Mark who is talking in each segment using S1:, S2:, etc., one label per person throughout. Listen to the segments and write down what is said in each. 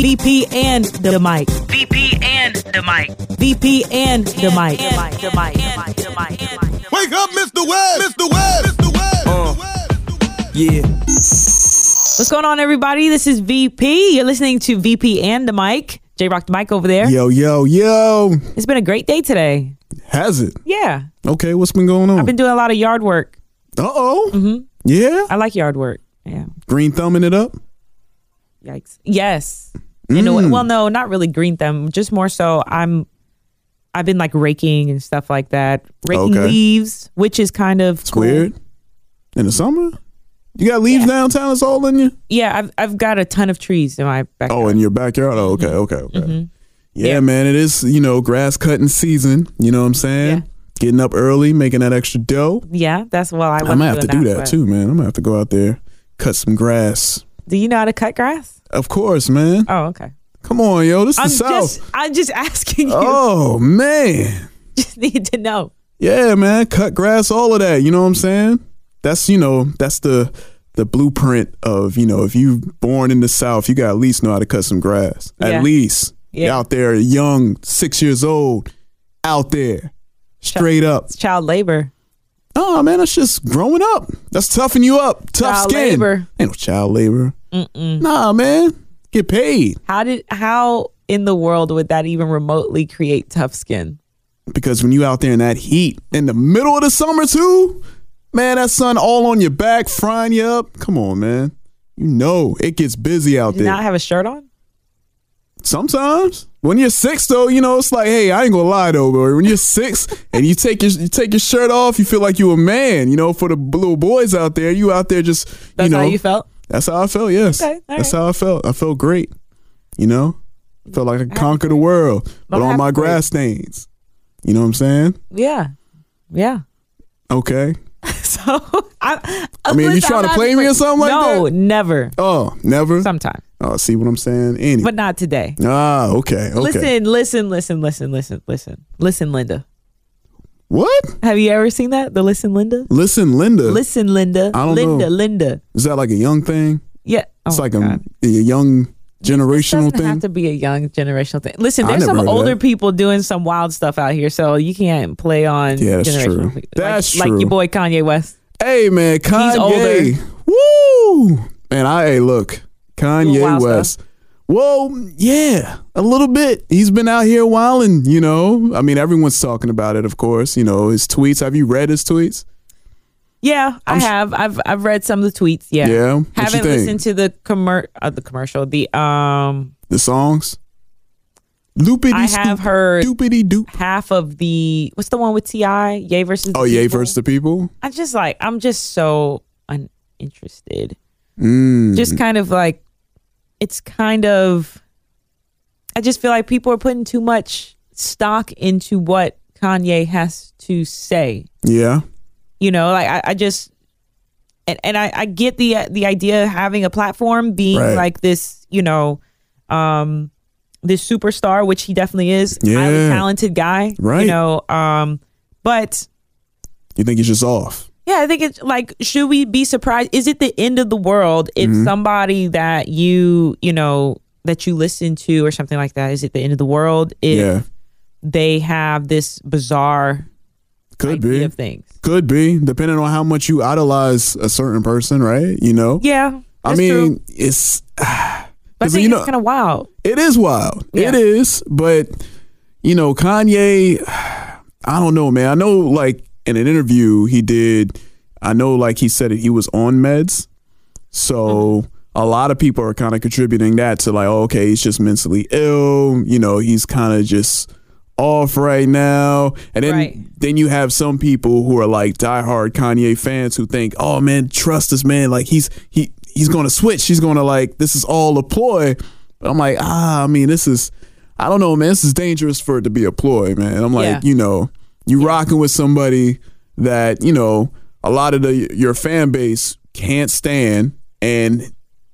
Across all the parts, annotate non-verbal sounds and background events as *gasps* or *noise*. S1: VP and the mic.
S2: VP and the mic.
S1: VP and the mic.
S3: Wake up, Mr. Webb, Mr. Webb, Mr. Webb.
S1: Uh.
S4: Yeah.
S1: What's going on, everybody? This is VP. You're listening to VP and the mic. J Rock the mic over there.
S4: Yo, yo, yo.
S1: It's been a great day today.
S4: Has it?
S1: Yeah.
S4: Okay, what's been going on?
S1: Been doing a lot of yard work.
S4: Uh oh. Mm-hmm. Yeah.
S1: I like yard work. Yeah.
S4: Green thumbing it up.
S1: Yikes. Yes. You know, well, no, not really green thumb. Just more so, I'm, I've been like raking and stuff like that, raking
S4: Okay.
S1: leaves, which is kind of
S4: It's weird. In the summer? You got leaves downtown? It's all in you?
S1: Yeah, I've I've got a ton of trees in my backyard.
S4: Oh, in your backyard? Oh,
S1: Mm-hmm.
S4: okay, okay, okay. Yeah, man, it is, you know, grass cutting season. You know what I'm saying?
S1: Yeah.
S4: Getting up early, making that extra dough.
S1: Yeah, that's well. I,
S4: I
S1: wasn't
S4: might have to
S1: doing
S4: do that
S1: but-
S4: too, man. I'm going to have to go out there, cut some grass.
S1: Do you know how to cut grass?
S4: Of course, man.
S1: Oh, okay.
S4: Come on, yo. This is
S1: I'm
S4: the South.
S1: just I'm just *laughs* asking you.
S4: Oh man.
S1: Just need to know.
S4: Yeah, man. Cut grass, all of that. You know what I'm saying? That's you know, that's the the blueprint of, you know, if you born in the South, you gotta at least know how to cut some grass.
S1: Yeah.
S4: At least.
S1: Yeah.
S4: You're out there young, six years old, out there. Straight up.
S1: It's child labor.
S4: Oh man, that's just growing up. That's toughing you up. Tough
S1: Child
S4: skin.
S1: labor.
S4: Ain't no child labor. Nah, man. Get paid.
S1: How did how in the world would that even remotely create tough skin?
S4: because when you out there in that heat in the middle of the summer too, man, that sun all on your back, frying you up. Come on, man. You know it gets busy out
S1: Did
S4: there.
S1: not have a shirt on?
S4: Sometimes when you're six though, you know it's like, hey, I ain't gonna lie though, but when you're six and you take your you take your shirt off, you feel like you a man. You know, for the b- little boys out there, you out there just
S1: That's
S4: you know
S1: how you felt?
S4: That's how I felt. Yes,
S1: Okay, all
S4: that's
S1: right.
S4: how I felt. I felt great. You know, felt like I could conquer the world, but on
S1: have
S4: my
S1: to break.
S4: grass stains. You know what I'm saying?
S1: Yeah. Yeah. *laughs*
S4: Okay.
S1: So I
S4: I mean, you trying to play me or something like
S1: no,
S4: that?
S1: never.
S4: Oh, never.
S1: Sometime.
S4: Oh, see what I'm saying? Any.
S1: But not today.
S4: ah, okay, okay.
S1: Listen, listen, listen, listen, listen, listen. Listen, Linda.
S4: What?
S1: Have you ever seen that? The Listen Linda?
S4: Listen, Linda.
S1: Listen, Linda.
S4: I don't
S1: Linda,
S4: know.
S1: Linda.
S4: Is that like a young thing?
S1: Yeah.
S4: It's
S1: Oh,
S4: like a,
S1: God.
S4: a young generational
S1: doesn't
S4: thing.
S1: have to be a young generational thing. Listen,
S4: I
S1: there's
S4: never
S1: some
S4: heard of
S1: older
S4: that.
S1: people doing some wild stuff out here, so you can't play on.
S4: Yeah, that's
S1: generational
S4: true.
S1: thing. Like,
S4: That's
S1: like
S4: true.
S1: your boy Kanye West.
S4: hey, man, Kanye. Woo, man. I hey, look, Kanye
S1: wild
S4: West. Well, yeah, a little bit. He's been out here a while, and you know, I mean, everyone's talking about it, of course. You know, his tweets. Have you read his tweets?
S1: Yeah, i have. I've I've read some of the tweets. Yeah,
S4: Yeah? What you
S1: Haven't
S4: think?
S1: listened to the commer uh, the commercial. The um
S4: The songs. Loopity.
S1: I have heard-
S4: Doopity doop.
S1: half of the what's the one with Ti? Yay versus.
S4: Oh,
S1: the
S4: yay
S1: People?
S4: versus the people.
S1: I just like I'm just so uninterested.
S4: Mm,
S1: Just
S4: Mm-hmm.
S1: kind of like it's kind of I just feel like people are putting too much stock into what Kanye has to say.
S4: Yeah.
S1: You know, like I, I just and and I, I get the the idea of having a platform being
S4: Right.
S1: like this, you know, um this superstar, which he definitely is, highly
S4: Yeah.
S1: talented guy. You
S4: Right.
S1: know, um but
S4: You think he's just off?
S1: yeah, I think it's like, should we be surprised? Is it the end of the world if
S4: Mm-hmm.
S1: somebody that you, you know, that you listen to or something like that, is it the end of the world if
S4: Yeah.
S1: they have this bizarre
S4: Could
S1: idea
S4: be.
S1: of things?
S4: Could be. Depending on how much you idolize a certain person, right? You know?
S1: Yeah.
S4: I
S1: that's
S4: mean,
S1: true.
S4: it's
S1: but I
S4: 'cause,
S1: think
S4: you know-
S1: it's kind of wild.
S4: it is wild.
S1: Yeah.
S4: It is. But you know, Kanye I don't know, man. I know like in an interview he did, I know like he said it he was on meds.
S1: Mm-hmm.
S4: So a lot of people are kind of contributing that to like, oh, okay, he's just mentally ill. You know, he's kind of just off right now. And then
S1: Right.
S4: then you have some people who are like diehard Kanye fans who think, oh man, trust this man. Like he's he he's gonna switch. He's gonna like this is all a ploy. But I'm like, ah, I mean, this is I don't know, man. This is dangerous for it to be a ploy, man. I'm like,
S1: Yeah.
S4: you know, you rocking with somebody that you know a lot of the your fan base can't stand, and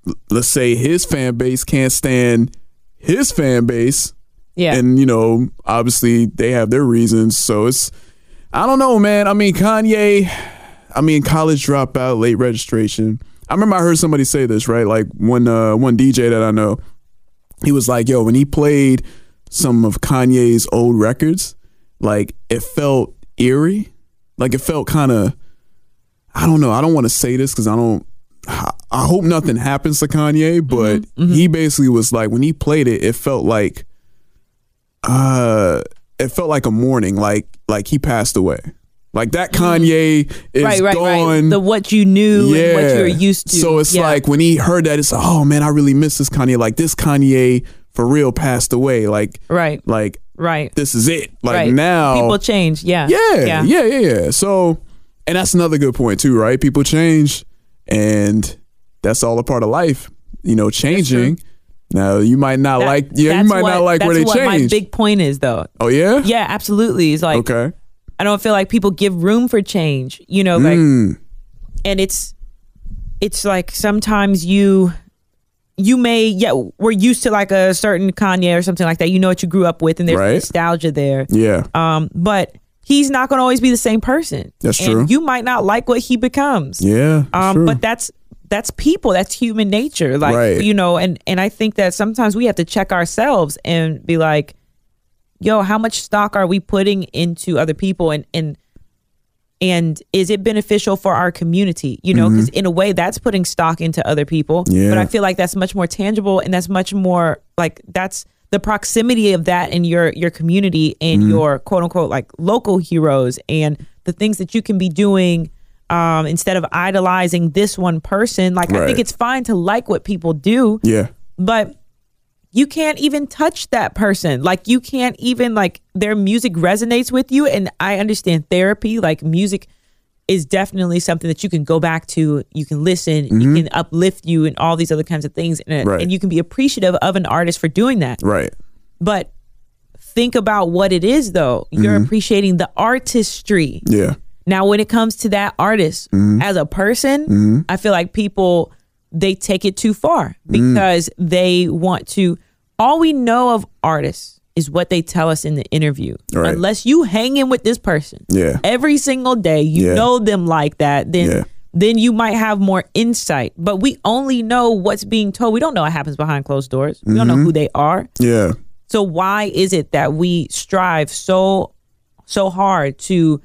S4: l- let's say his fan base can't stand his fan base,
S1: Yeah.
S4: and you know, obviously they have their reasons. So it's, I don't know, man. I mean, Kanye, I mean, college dropout, late registration. I remember I heard somebody say this, right? Like one uh, one DJ that I know, he was like, yo, when he played some of Kanye's old records, like it felt eerie. Like it felt kind of, I don't know. I don't want to say this because I don't, I I hope nothing happens to Kanye,
S1: Mm-hmm,
S4: but he basically was like, when he played it, it felt like, uh, it felt like a mourning, like, like he passed away. Like that Kanye is
S1: Mm-hmm. right, right,
S4: gone.
S1: right. The what you knew and what you were used to.
S4: So it's
S1: Yeah.
S4: like when he heard that, it's like, oh man, I really miss this Kanye. Like this Kanye for real passed away. Like
S1: right,
S4: like
S1: right,
S4: this is it. Like
S1: right.
S4: now,
S1: people change. Yeah,
S4: yeah, yeah, yeah, yeah, So, and that's another good point too, right? People change, and that's all a part of life. You know, changing. Now you might not
S1: That-
S4: like, yeah, you
S1: that's
S4: might
S1: what-
S4: not like where they
S1: That's what my
S4: change.
S1: big point is, though.
S4: oh yeah,
S1: Yeah, absolutely. It's like
S4: okay,
S1: I don't feel like people give room for change. You know, like
S4: Mm.
S1: and it's it's like sometimes you you may yeah we're used to like a certain Kanye or something like that. You know what you grew up with, and there's
S4: Right.
S1: nostalgia there.
S4: yeah,
S1: Um, but he's not going to always be the same person.
S4: That's
S1: and
S4: true.
S1: You might not like what he becomes.
S4: yeah.
S1: Um,
S4: true.
S1: but that's that's people. That's human nature. Like
S4: Right.
S1: you know, and and I think that sometimes we have to check ourselves and be like, yo, how much stock are we putting into other people, and and and is it beneficial for our community? You
S4: Mm-hmm.
S1: know, because in a way, that's putting stock into other people.
S4: Yeah.
S1: But I feel like that's much more tangible, and that's much more like that's the proximity of that in your your community and your quote unquote like local heroes and the things that you can be doing um, instead of idolizing this one person. Like I
S4: Right.
S1: think it's fine to like what people do,
S4: yeah,
S1: but you can't even touch that person. Like you can't even like their music resonates with you. And I understand therapy, like music is definitely something that you can go back to. You can listen, it can uplift you and all these other kinds of things. And, uh,
S4: Right.
S1: and you can be appreciative of an artist for doing that.
S4: right.
S1: But think about what it is though. You're appreciating the artistry.
S4: Yeah,
S1: Now, when it comes to that artist
S4: Mm-hmm.
S1: as a person, I feel like people they take it too far
S4: Mm.
S1: because they want to. All we know of artists is what they tell us in the interview.
S4: Right.
S1: Unless you hang in with this person
S4: Yeah.
S1: every single day, you
S4: Yeah.
S1: know them like that, then
S4: Yeah.
S1: then you might have more insight. But we only know what's being told. We don't know what happens behind closed doors. We
S4: Mm-hmm.
S1: don't know who they are.
S4: yeah.
S1: So why is it that we strive so so hard to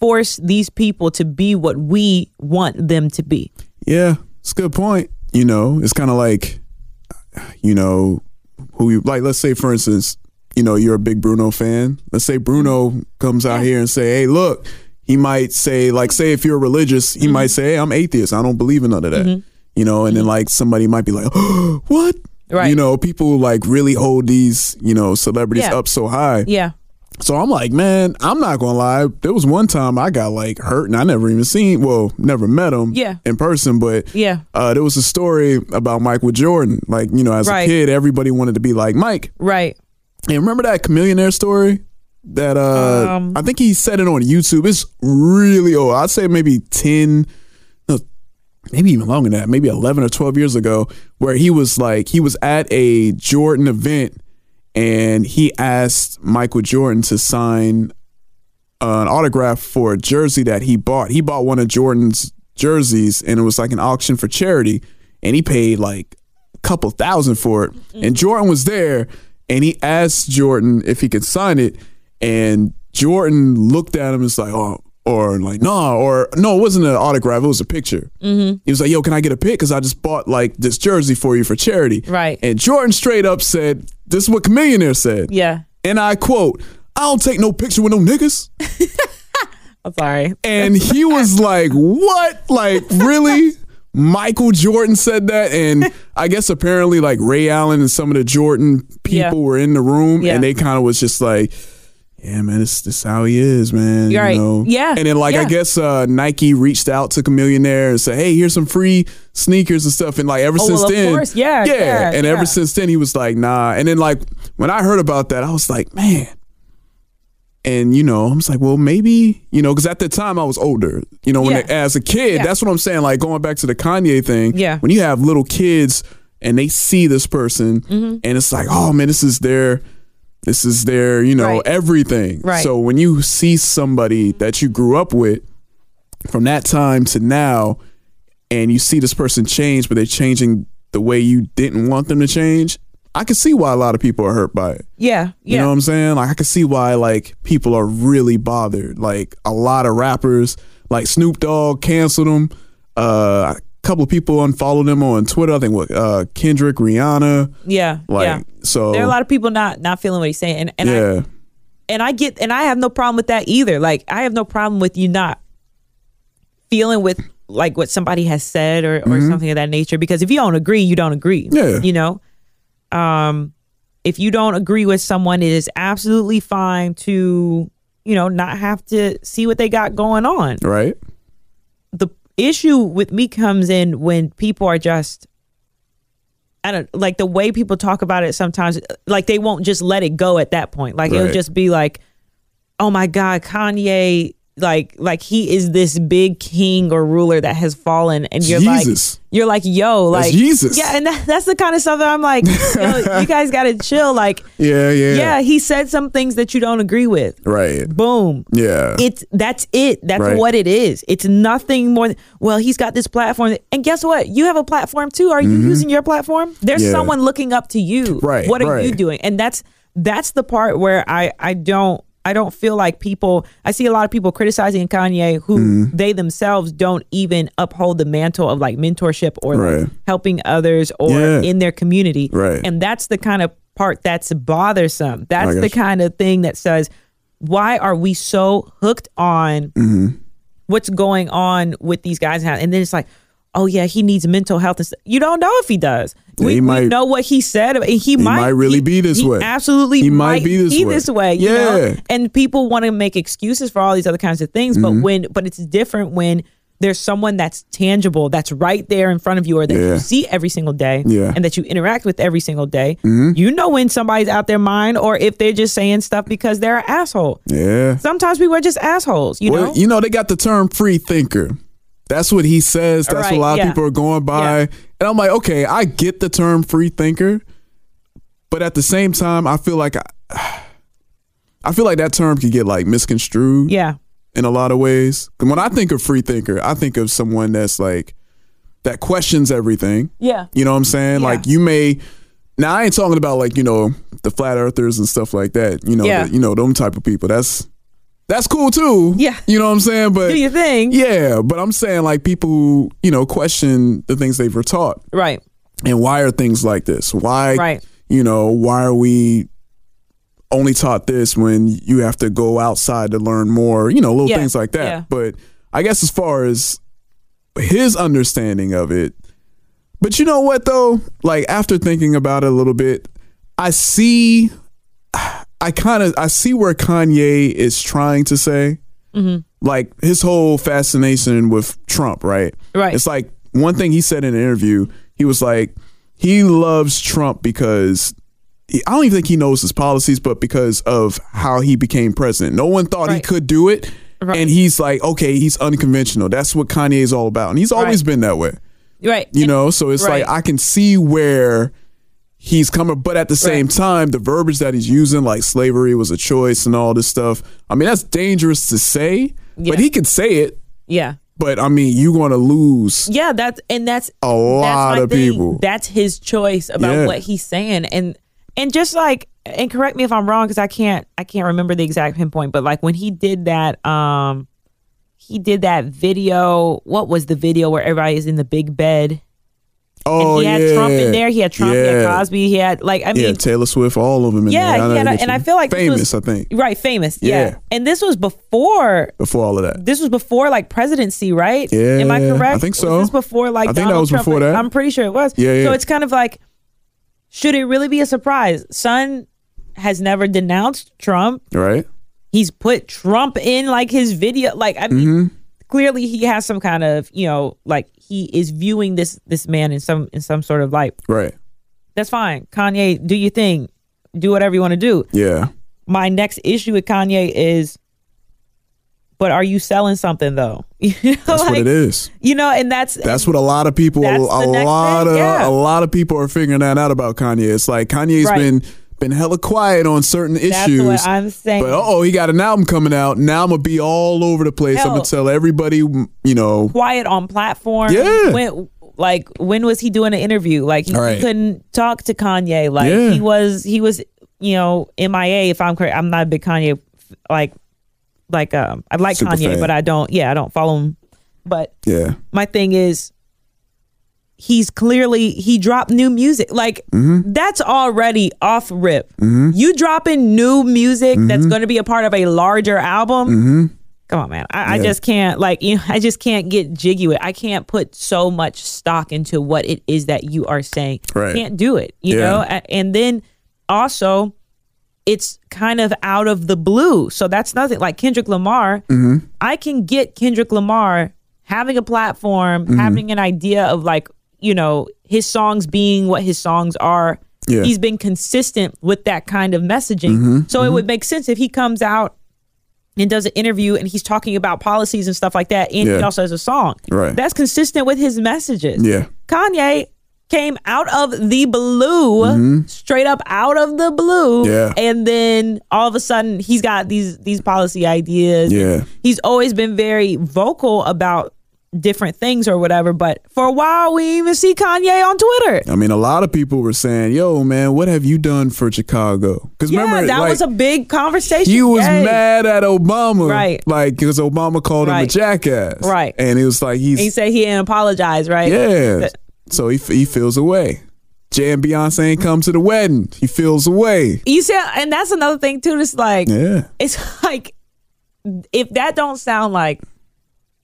S1: force these people to be what we want them to be?
S4: Yeah, it's a good point. You know, it's kind of like, you know, who you like. Let's say, for instance, you know, you're a big Bruno fan. Let's say Bruno comes out here and say, "Hey, look," he might say, like, say if you're religious, he
S1: Mm-hmm.
S4: might say, "Hey, I'm atheist. I don't believe in none of that." You know, and then like somebody might be like, *gasps* "What?"
S1: Right.
S4: You know, people like really hold these you know celebrities
S1: Yeah.
S4: up so high.
S1: Yeah.
S4: So I'm like, man, I'm not gonna lie. There was one time I got like hurt, and I never even seen, well, never met him,
S1: Yeah.
S4: in person. But
S1: Yeah.
S4: uh, there was a story about Michael Jordan. Like, you know, as
S1: Right.
S4: a kid, everybody wanted to be like Mike.
S1: Right.
S4: And remember that chameleonaire story? That uh,
S1: Um.
S4: I think he said it on YouTube. It's really old. I'd say maybe ten, no, maybe even longer than that. Maybe eleven or twelve years ago, where he was like he was at a Jordan event, and he asked Michael Jordan to sign an autograph for a jersey that he bought. He bought one of Jordan's jerseys and it was like an auction for charity and he paid like a couple thousand for it. And Jordan was there and he asked Jordan if he could sign it and Jordan looked at him and was like, "Oh, or like, nah, or no, it wasn't an autograph. It was a picture. Mm-hmm. He was like, yo, can I get a pic? Because I just bought like this jersey for you for charity.
S1: Right.
S4: And Jordan straight up said, this is what Chameleonaire said.
S1: Yeah.
S4: And I quote, I don't take no picture with no niggas.
S1: I'm sorry.
S4: And he was like, What? Like, really? Michael Jordan said that. And I guess apparently, like, Ray Allen and some of the Jordan people
S1: Yeah.
S4: were in the room
S1: Yeah.
S4: and they kind of was just like, yeah, man, this this how he is, man.
S1: You're right.
S4: You know?
S1: Yeah.
S4: And then like I
S1: Yeah.
S4: guess uh, Nike reached out to Chameleonaire and said, Hey, here's some free sneakers and stuff. And like ever
S1: Oh,
S4: since
S1: well, of
S4: then.
S1: course. Yeah,
S4: Yeah.
S1: yeah,
S4: and
S1: yeah.
S4: ever since then he was like, nah. And then like when I heard about that, I was like, man, and you know, I'm just like, well, maybe you know, because at the time I was older. You know, when
S1: Yeah.
S4: they- as a kid,
S1: Yeah.
S4: that's what I'm saying. Like going back to the Kanye thing.
S1: Yeah.
S4: When you have little kids and they see this person,
S1: Mm-hmm.
S4: and it's like, oh man, this is their, this is their, you know,
S1: Right.
S4: everything.
S1: Right.
S4: So when you see somebody that you grew up with from that time to now, and you see this person change, but they're changing the way you didn't want them to change, I can see why a lot of people are hurt by it.
S1: Yeah, yeah.
S4: You know what I'm saying? Like I can see why like people are really bothered. Like a lot of rappers, like Snoop Dogg canceled them. Uh, a couple of people unfollowed him on Twitter. I think what uh, Kendrick, Rihanna,
S1: yeah,
S4: like oh.
S1: yeah.
S4: so.
S1: There are a lot of people not not feeling what he's saying, and and I,
S4: yeah,
S1: and I get and I have no problem with that either. Like I have no problem with you not feeling with like what somebody has said or, or something of that nature because if you don't agree, you don't agree.
S4: Yeah.
S1: You know? Um if you don't agree with someone, it is absolutely fine to, you know, not have to see what they got going on.
S4: right.
S1: The issue with me comes in when people are just I don't like the way people talk about it sometimes like they won't just let it go at that point. Like it'll
S4: Right.
S1: just be like, "Oh my god, Kanye like like he is this big king or ruler that has fallen and you're
S4: Jesus.
S1: like you're like yo like
S4: That's Jesus.
S1: yeah and that, that's the kind of stuff that i'm like
S4: *laughs*
S1: yo, you guys gotta chill like
S4: Yeah, yeah,
S1: yeah he said some things that you don't agree with
S4: Right.
S1: boom
S4: Yeah.
S1: it's that's it. That's
S4: Right.
S1: what it is. It's nothing more. Than, well, he's got this platform, and guess what? You have a platform too. Are you using your platform? There's
S4: Mm-hmm. Yeah.
S1: someone looking up to you.
S4: Right,
S1: What are
S4: right.
S1: you doing? And that's that's the part where I I don't I don't feel like people. I see a lot of people criticizing Kanye who
S4: Mm-hmm.
S1: they themselves don't even uphold the mantle of like mentorship or like,
S4: Right.
S1: helping others or
S4: Yeah.
S1: in their community.
S4: Right.
S1: And that's the kind of part that's bothersome. That's
S4: I
S1: the
S4: got you.
S1: kind of thing that says, why are we so hooked on
S4: Mm-hmm.
S1: what's going on with these guys? And how- and then it's like, oh yeah, he needs mental health. And stuff. You don't know if he does.
S4: Yeah,
S1: we,
S4: he
S1: we
S4: might-
S1: know what he said. and He, might,
S4: might really
S1: he-
S4: be this
S1: he
S4: way.
S1: Absolutely,
S4: He might be this way.
S1: you know?
S4: Yeah.
S1: and people want to make excuses for all these other kinds of things.
S4: Mm-hmm.
S1: But when, but it's different when there's someone that's tangible, that's right there in front of you, or that
S4: Yeah.
S1: you see every single day,
S4: Yeah. Mm-hmm.
S1: and that you interact with every single day. You know when somebody's out their mind, or if they're just saying stuff because they're an asshole.
S4: yeah.
S1: Sometimes people are just assholes, you
S4: well,
S1: know.
S4: you know, they got the term free thinker. That's what he says. That's what
S1: Right,
S4: a lot
S1: yeah.
S4: of people are going by.
S1: Yeah.
S4: And I'm like, okay, I get the term free thinker, but at the same time, I feel like I, *sighs* I feel like that term could get like misconstrued
S1: yeah,
S4: in a lot of ways. 'Cause When I think of free thinker, I think of someone that's like that questions everything.
S1: yeah,
S4: You know what I'm saying?
S1: Yeah.
S4: Like you may now I ain't talking about like, you know, the flat earthers and stuff like that. You know,
S1: Yeah.
S4: the- you know, them type of people. That's that's cool too.
S1: Yeah.
S4: You know what I'm saying? But
S1: Do your thing,
S4: yeah, but I'm saying like people who, you know, question the things they were taught.
S1: right?
S4: And why are things like this? Why
S1: Right.
S4: you know, why are we only taught this when you have to go outside to learn more, you know, little
S1: Yeah,
S4: things like that.
S1: yeah.
S4: But I guess as far as his understanding of it, but you know what though? Like after thinking about it a little bit, I see I kind of I see where Kanye is trying to say.
S1: Mm-hmm.
S4: Like his whole fascination with Trump, right?
S1: Right.
S4: It's like one thing he said in an interview, he was like, he loves Trump because I don't even think he knows his policies, but because of how he became president. No one thought he
S1: Right.
S4: could do it.
S1: Right.
S4: And he's like, okay, he's unconventional. That's what Kanye is all about. And he's always
S1: Right.
S4: been that way.
S1: Right.
S4: You know, so it's
S1: Right.
S4: like I can see where he's coming, but at the same
S1: Right.
S4: time, the verbiage that he's using, like slavery was a choice and all this stuff. I mean, that's dangerous to say,
S1: Yeah.
S4: but he could say it.
S1: yeah.
S4: But I mean, you're going to lose.
S1: Yeah, that's and that's
S4: A
S1: that's
S4: lot
S1: my
S4: of
S1: thing.
S4: people.
S1: That's his choice about
S4: Yeah.
S1: what he's saying, and and just like and correct me if I'm wrong because I can't I can't remember the exact pinpoint, but like when he did that, um, he did that video. What was the video where everybody is in the big bed?
S4: Oh,
S1: and he had
S4: yeah.
S1: Trump in there. He had Trump. He had
S4: Yeah.
S1: Cosby. He had like I
S4: Yeah,
S1: mean,
S4: Taylor Swift, all of them in
S1: Yeah,
S4: there.
S1: he
S4: know
S1: had
S4: they
S1: a-
S4: get
S1: and
S4: you.
S1: I feel like this
S4: famous,
S1: was-
S4: I think,
S1: right, famous.
S4: Yeah.
S1: and this was before
S4: before all of that.
S1: this was before like presidency, right? Am I
S4: Yeah,
S1: correct?
S4: I think
S1: Was
S4: so.
S1: this before like
S4: I think that
S1: Donald
S4: was
S1: Trump?
S4: before that.
S1: I'm pretty sure it was.
S4: Yeah, yeah.
S1: So it's kind of like, should it really be a surprise? Son has never denounced Trump.
S4: Right?
S1: He's put Trump in like his video. Like I mean,
S4: Mm-hmm.
S1: clearly he has some kind of you know like he is viewing this this man in some in some sort of light.
S4: Right.
S1: That's fine. Kanye, do your thing. Do whatever you want to do
S4: Yeah.
S1: my next issue with Kanye is, but are you selling something though? *laughs* You know,
S4: That's what it is.
S1: You know, and that's,
S4: That's what a lot of people, a
S1: That's the next
S4: lot
S1: thing,
S4: of,
S1: yeah.
S4: a lot of people are figuring that out about Kanye. It's like Kanye's
S1: Right.
S4: been been hella quiet on certain
S1: that's
S4: issues.
S1: what I'm saying.
S4: but oh, he got an album coming out. Now I'm gonna be all over the place. I'm
S1: Hell.
S4: gonna tell everybody, you know,
S1: Quiet on platform.
S4: Yeah.
S1: When, Like when was he doing an interview? Like he,
S4: Right.
S1: couldn't talk to Kanye. Like
S4: Yeah.
S1: he was he was you know MIA. If I'm correct, I'm not a big Kanye f- like like um I like
S4: Super
S1: Kanye,
S4: fan.
S1: but I don't. Yeah, I don't follow him. But
S4: Yeah.
S1: my thing is he's clearly he dropped new music like
S4: Mm-hmm.
S1: that's already off rip you dropping new music
S4: Mm-hmm.
S1: that's going to be a part of a larger album come on man I, I just can't like you know, i just can't get jiggy with it. i can't put so much stock into what it is that you are saying
S4: Right.
S1: can't do it you
S4: Yeah.
S1: know A- and then also it's kind of out of the blue. So that's nothing like Kendrick Lamar.
S4: Mm-hmm.
S1: I can get Kendrick Lamar having a platform,
S4: Mm-hmm.
S1: having an idea of like, you know, his songs being what his songs are.
S4: Yeah. Mm-hmm.
S1: He's been consistent with that kind of messaging. So it would make sense if he comes out and does an interview and he's talking about policies and stuff like that. And he
S4: Yeah.
S1: also has a song.
S4: Right.
S1: That's consistent with his messages.
S4: Yeah.
S1: Kanye came out of the blue, straight up out of the blue,
S4: Mm-hmm. Yeah.
S1: and then all of a sudden he's got these these policy ideas.
S4: Yeah.
S1: He's always been very vocal about different things or whatever, but for a while we didn't even see Kanye on Twitter.
S4: I mean, a lot of people were saying, "Yo, man, what have you done for Chicago?" Because
S1: Yeah,
S4: remember,
S1: that
S4: like,
S1: was a big conversation.
S4: he was
S1: Yes.
S4: mad at Obama,
S1: Right.
S4: Like, because Obama called him a
S1: Right.
S4: jackass,
S1: Right.
S4: And it was like he's
S1: He said he didn't apologize, right?
S4: yeah. So he he feels away. Jay and Beyonce ain't come to the wedding. He feels away.
S1: You see, and that's another thing too. It's like,
S4: Yeah,
S1: it's *laughs* like if that don't sound like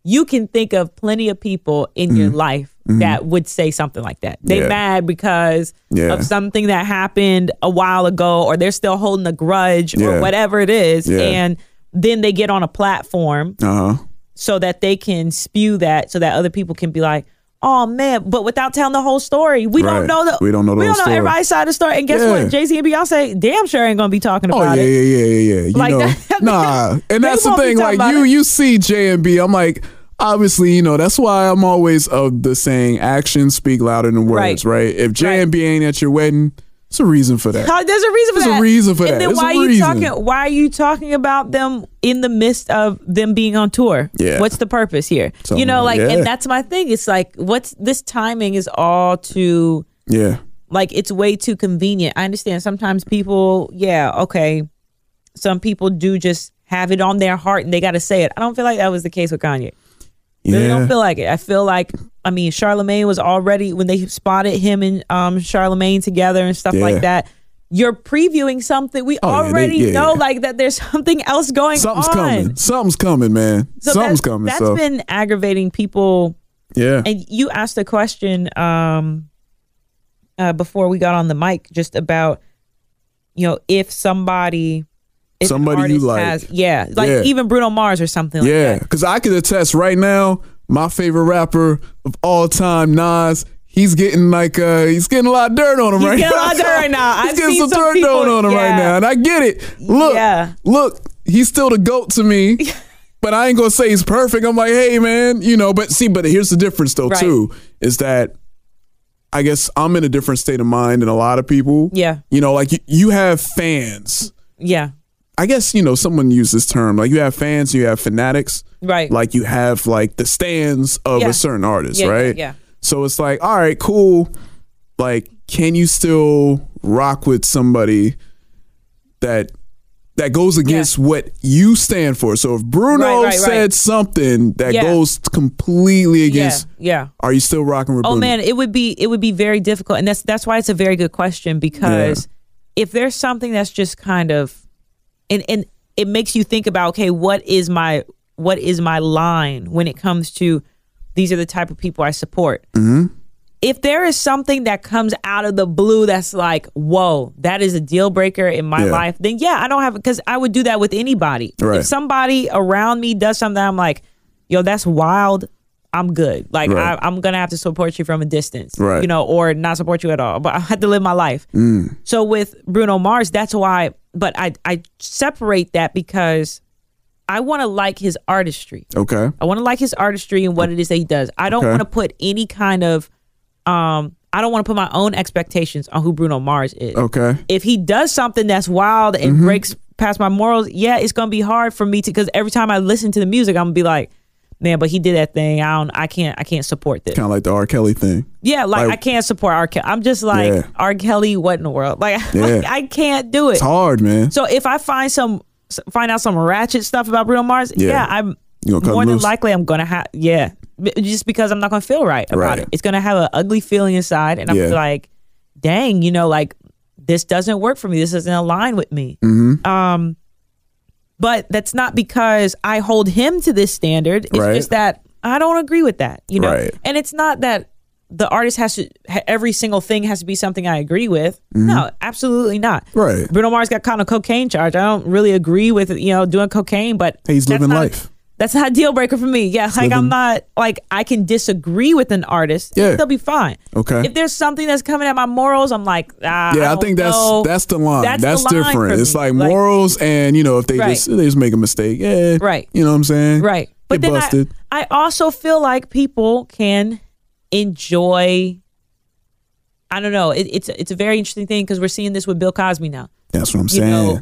S1: you can think of plenty of people in your life that would say something like that. They
S4: Mm-hmm. Yeah.
S1: mad because
S4: Yeah.
S1: of something that happened a while ago or they're still holding a grudge
S4: Yeah.
S1: or whatever it is
S4: Yeah.
S1: and then they get on a platform
S4: uh huh.
S1: so that they can spew that so that other people can be like Oh man! But without telling the whole story, we
S4: Right.
S1: don't know the
S4: We don't know the
S1: we
S4: whole
S1: don't know
S4: story.
S1: everybody's side of the story. And guess
S4: Yeah.
S1: what? Jay Z and Beyonce, damn sure ain't gonna be talking
S4: Oh
S1: about
S4: yeah,
S1: it.
S4: yeah, yeah, yeah, yeah. You
S1: Like
S4: know,
S1: that- *laughs*
S4: nah. And
S1: They
S4: that's the
S1: won't be
S4: thing.
S1: talking
S4: Like
S1: about
S4: you,
S1: it.
S4: you see J and B. I'm like, obviously, you know, that's why I'm always of the saying, actions speak louder than words,
S1: Right.
S4: right? If J and B ain't at your wedding, it's a reason for that.
S1: How- there's a reason for
S4: There's a
S1: that.
S4: reason for
S1: and
S4: that.
S1: then
S4: There's a
S1: why are you
S4: reason.
S1: talking? Why are you talking about them in the midst of them being on tour?
S4: Yeah.
S1: What's the purpose here?
S4: So,
S1: you know, like,
S4: yeah.
S1: and that's my thing. It's like, what's this timing is all too
S4: Yeah,
S1: like it's way too convenient. I understand sometimes people, yeah, okay, some people do just have it on their heart and they got to say it. I don't feel like that was the case with Kanye. Really
S4: yeah.
S1: don't feel like it. I feel like I mean Charlemagne was already when they spotted him and um Charlemagne together and stuff
S4: Yeah. Oh,
S1: like that. You're previewing something we
S4: yeah, they-
S1: already
S4: yeah,
S1: know,
S4: yeah.
S1: like that there's *laughs* something else going
S4: Something's
S1: on.
S4: coming. Something's coming, man.
S1: So that's,
S4: Something's coming.
S1: That's
S4: so
S1: been aggravating people.
S4: yeah,
S1: And you asked a question um uh, before we got on the mic just about you know if somebody if an
S4: Somebody
S1: artist
S4: you like.
S1: has, yeah like
S4: Yeah.
S1: even Bruno Mars or something
S4: yeah.
S1: like that.
S4: Because I could attest right now, my favorite rapper of all time, Nas. He's getting like uh he's getting a lot of dirt on him right
S1: getting a
S4: now.
S1: lot of dirt right now.
S4: *laughs* he's
S1: I've
S4: getting
S1: seen
S4: some,
S1: some
S4: dirt
S1: people-
S4: thrown on him right
S1: yeah.
S4: now, and I get it. Look,
S1: Yeah.
S4: look, he's still the goat
S1: *laughs*
S4: to me. But I ain't gonna say he's perfect. I'm like, hey man, you know. But see, but here's the difference though
S1: Right.
S4: too is that I guess I'm in a different state of mind than a lot of people.
S1: Yeah.
S4: You know, like you, you have fans.
S1: Yeah.
S4: I guess you know someone used this term like you have fans, you have fanatics,
S1: Right.
S4: Like you have like the stands of
S1: Yeah.
S4: a certain artist,
S1: Yeah, yeah,
S4: right?
S1: yeah.
S4: So it's like, all right, cool. Like, can you still rock with somebody that that goes against what you stand for? So if Bruno
S1: Right, right,
S4: said
S1: right.
S4: something that
S1: Yeah.
S4: goes completely
S1: Yeah.
S4: against,
S1: Yeah.
S4: are you still rocking with
S1: Oh
S4: Bruno?
S1: man, it would be it would be very difficult, and that's that's why it's a very good question because if there's something that's just kind of, and and it makes you think about okay, what is my what is my line when it comes to these are the type of people I support. Mm-hmm. If there is something that comes out of the blue that's like, whoa, that is a deal breaker in my
S4: Yeah.
S1: life, then yeah, I don't have because I would do that with anybody.
S4: Right.
S1: If somebody around me does something, I'm like, yo, that's wild. I'm good. Like
S4: Right.
S1: I, I'm gonna have to support you from a distance,
S4: Right. Mm.
S1: you know, or not support you at all. But *laughs* I had to live my life. So with Bruno Mars, that's why. But I I separate that because I want to like his artistry.
S4: Okay,
S1: I want to like his artistry and what it is that he does. I don't
S4: Okay.
S1: want to put any kind of, um, I don't want to put my own expectations on who Bruno Mars is
S4: okay,
S1: if he does something that's wild and
S4: Mm-hmm.
S1: breaks past my morals, yeah, it's gonna be hard for me to because every time I listen to the music, I'm gonna be like, man, but he did that thing. I don't. I can't. I can't support this.
S4: Kind of like the R. Kelly thing.
S1: Yeah, like,
S4: Like-
S1: I can't support R. Kelly. I'm just like
S4: Yeah.
S1: R. Kelly. What in the world? Like, *laughs*
S4: Yeah.
S1: I can't do it.
S4: It's hard, man.
S1: So if I find some find out some ratchet stuff about Bruno Mars,
S4: Yeah.
S1: yeah, I'm
S4: You gonna cut
S1: more
S4: him
S1: than
S4: loose?
S1: likely I'm gonna have yeah, B- just because I'm not gonna feel right about
S4: Right.
S1: it. It's gonna have an ugly feeling inside, and I'm
S4: Yeah.
S1: like, dang, you know, like this doesn't work for me. This doesn't align with me. Um,
S4: Mm-hmm.
S1: but that's not because I hold him to this standard. It's
S4: Right.
S1: just that I don't agree with that. You know,
S4: Right.
S1: and it's not that the artist has to ha- every single thing has to be something I agree with. No, absolutely not.
S4: Mm-hmm. Right.
S1: Bruno Mars got caught on a cocaine charge. I don't really agree with you know doing cocaine, but
S4: Hey, he's
S1: that's
S4: living
S1: not-
S4: life.
S1: That's not a deal breaker for me. Yeah, like
S4: living-
S1: I'm not like I can disagree with an artist.
S4: Yeah.
S1: they'll be fine.
S4: Okay.
S1: If there's something that's coming at my morals, I'm like, ah,
S4: yeah, I,
S1: don't
S4: think that's
S1: know.
S4: that's the line. That's,
S1: That's the line
S4: different.
S1: for
S4: It's
S1: me.
S4: like,
S1: Like-
S4: morals, and you know, if they
S1: Right.
S4: just they just make a mistake, yeah,
S1: Right.
S4: You know what I'm saying?
S1: Right.
S4: Get
S1: But then
S4: busted.
S1: I, I also feel like people can enjoy. I don't know. It, it's it's a very interesting thing because we're seeing this with Bill Cosby now.
S4: That's what I'm
S1: You
S4: saying.
S1: know,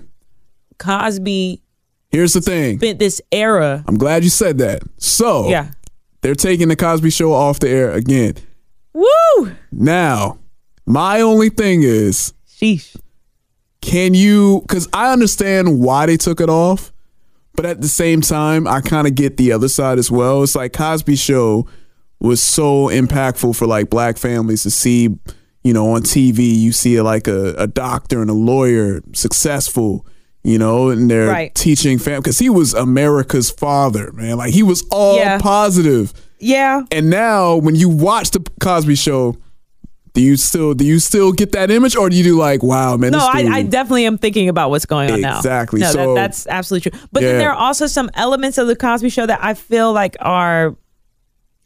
S1: Cosby
S4: Here's the thing.
S1: spent this era.
S4: I'm glad you said that. So
S1: Yeah.
S4: they're taking the Cosby Show off the air again.
S1: Woo.
S4: Now, my only thing is,
S1: Sheesh.
S4: can you? Because I understand why they took it off, but at the same time, I kind of get the other side as well. It's like Cosby Show was so impactful for like black families to see, you know, on TV. You see like a, a doctor and a lawyer successful. You know, and they're
S1: Right.
S4: teaching fam because he was America's father, man. Like he was all
S1: Yeah.
S4: positive.
S1: Yeah.
S4: And now, when you watch the Cosby Show, do you still do you still get that image, or do you do like, wow, man?
S1: No,
S4: this
S1: I,
S4: dude-
S1: I definitely am thinking about what's going on now.
S4: Exactly.
S1: No, that,
S4: So-
S1: that's absolutely true. But
S4: Yeah.
S1: then there are also some elements of the Cosby Show that I feel like are.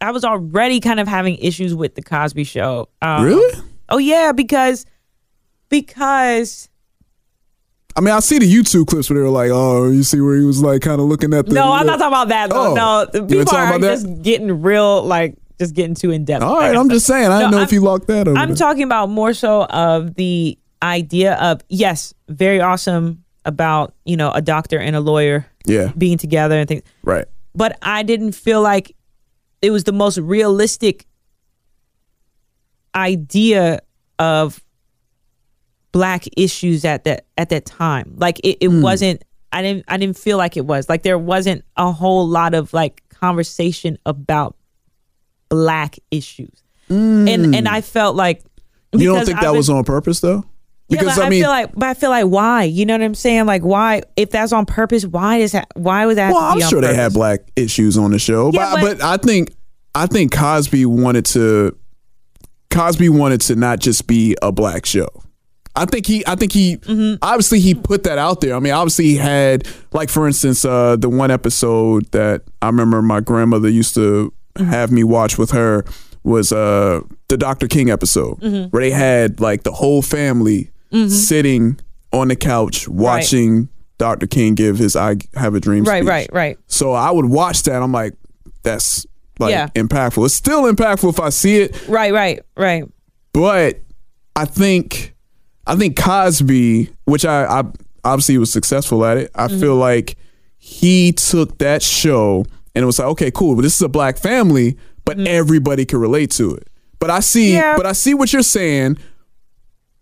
S1: I was already kind of having issues with the Cosby Show. Um,
S4: really.
S1: Oh yeah, because because
S4: I mean, I see the YouTube clips where they were like, oh, you see where he was like kind of looking at the.
S1: no, I'm not talking about that. No,
S4: Oh.
S1: no,
S4: You were
S1: people
S4: talking
S1: are
S4: about that?
S1: just getting real, like just getting too in depth.
S4: All right, I'm just saying. I didn't
S1: No,
S4: know if
S1: I'm-
S4: you locked that over.
S1: I'm
S4: there.
S1: talking about more so of the idea of yes, very awesome about you know a doctor and a lawyer
S4: Yeah.
S1: being together and things.
S4: Right.
S1: but I didn't feel like it was the most realistic idea of black issues at that at that time. Like it,
S4: Hmm.
S1: it wasn't I didn't I didn't feel like it was. Like there wasn't a whole lot of like conversation about black issues. And and I felt like
S4: Hmm. You don't
S1: because
S4: think
S1: I've
S4: that
S1: been-
S4: was on purpose though?
S1: yeah,
S4: Because
S1: but
S4: I mean,
S1: feel like, but I feel like, why? You know what I'm saying? Like, why? If that's on purpose, why does that? Why was that?
S4: well, I'm sure they had black issues on the show,
S1: Yeah,
S4: but, but
S1: but-
S4: I think I think Cosby wanted to Cosby wanted to not just be a black show. I think he I think he
S1: Mm-hmm.
S4: obviously he put that out there. I mean, obviously he had like for instance uh the one episode that I remember my grandmother used to
S1: Mm-hmm.
S4: have me watch with her was uh the Dr. King episode
S1: Mm-hmm.
S4: where they had like the whole family sitting on the couch watching Dr. King give his I have a dream
S1: Right,
S4: speech.
S1: right, right.
S4: So I would watch that. I'm like, that's like
S1: Yeah.
S4: impactful. It's still impactful if I see it,
S1: Right, right, right.
S4: but I think I think Cosby, which I, I obviously was successful at it, I
S1: Mm-hmm.
S4: feel like he took that show and it was like, okay, cool, but this is a black family, but everybody can relate to it. But I see
S1: Mm. Yeah.
S4: but I see what you're saying.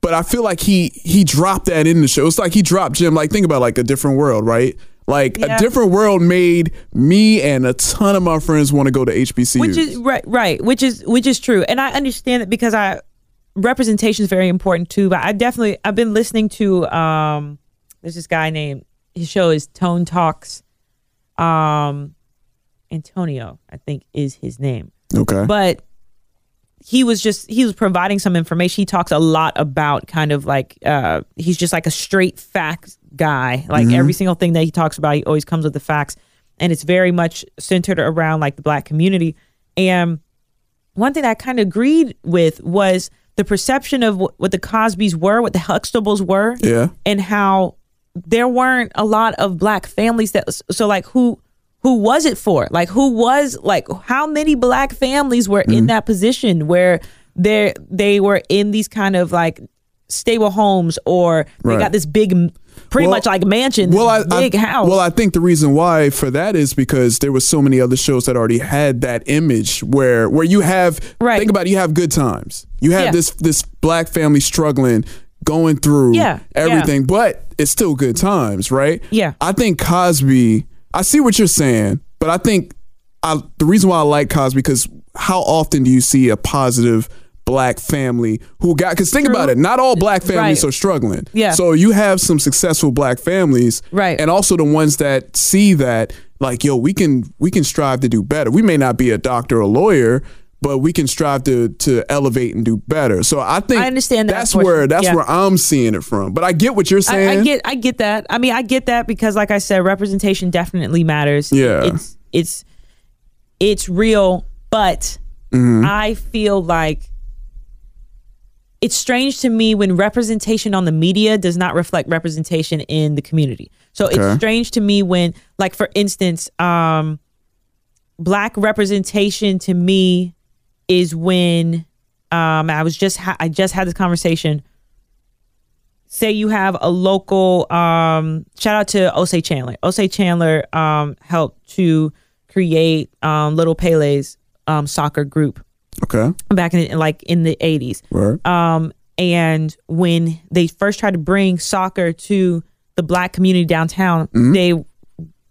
S4: But I feel like he he dropped that in the show. It's like he dropped Jim. Like think about like a different world, right? Like a
S1: Yeah.
S4: different world made me and a ton of my friends want to go to HBCUs.
S1: Which is right, right. Which is which is true, and I understand that because I representation is very important too. But I definitely I've been listening to um, there's this guy named his show is Tone Talks, um, Antonio I think is his name.
S4: okay.
S1: but he was just he was providing some information he talks a lot about kind of like uh he's just like a straight facts guy like
S4: Mm-hmm.
S1: every single thing that he talks about he always comes with the facts and it's very much centered around like the black community and one thing that i kind of agreed with was the perception of wh- what the cosbys were what the huxtables were
S4: Yeah.
S1: and how there weren't a lot of black families that so like who who was it for like who was like how many black
S4: Mm-hmm.
S1: families were in that position where they they were in these kind of like stable homes or they
S4: Right.
S1: got this big, m- pretty
S4: Well-
S1: much like mansion,
S4: Well, I,
S1: this big
S4: I,
S1: house.
S4: Well, I think the reason why for that is because there were so many other shows that already had that image where where you have
S1: Right.
S4: think about it, you have good times. You have
S1: Yeah.
S4: this this black family struggling, going through
S1: Yeah, yeah.
S4: everything, but it's still good times, right?
S1: Yeah.
S4: I think Cosby I see what you're saying, but I think I, the reason why I like Cosby because how often do you see a positive black family who got because think about it not all black families
S1: Right.
S4: are struggling
S1: Yeah.
S4: so you have some successful black families
S1: Right.
S4: and also the ones that see that like yo we can we can strive to do better we may not be a doctor or lawyer but we can strive to to elevate and do better so i think
S1: I understand that
S4: that's
S1: portion.
S4: where that's
S1: Yeah.
S4: where i'm seeing it from but i get what you're
S1: I,
S4: saying
S1: I get I get that. I mean, I get that because, like I said, representation definitely matters.
S4: Yeah.
S1: it's it's it's real, but
S4: Mm-hmm.
S1: I feel like it's strange to me when representation on the media does not reflect representation in the community. So
S4: Okay.
S1: it's strange to me when, like, for instance, um, black representation to me is when um, I was just ha- I just had this conversation say you have a local um shout out to Osei Chandler. Osei Chandler um helped to create um Little Pele's um soccer group
S4: okay
S1: back in like in the 80s.
S4: right
S1: Um and when they first tried to bring soccer to the black community downtown, they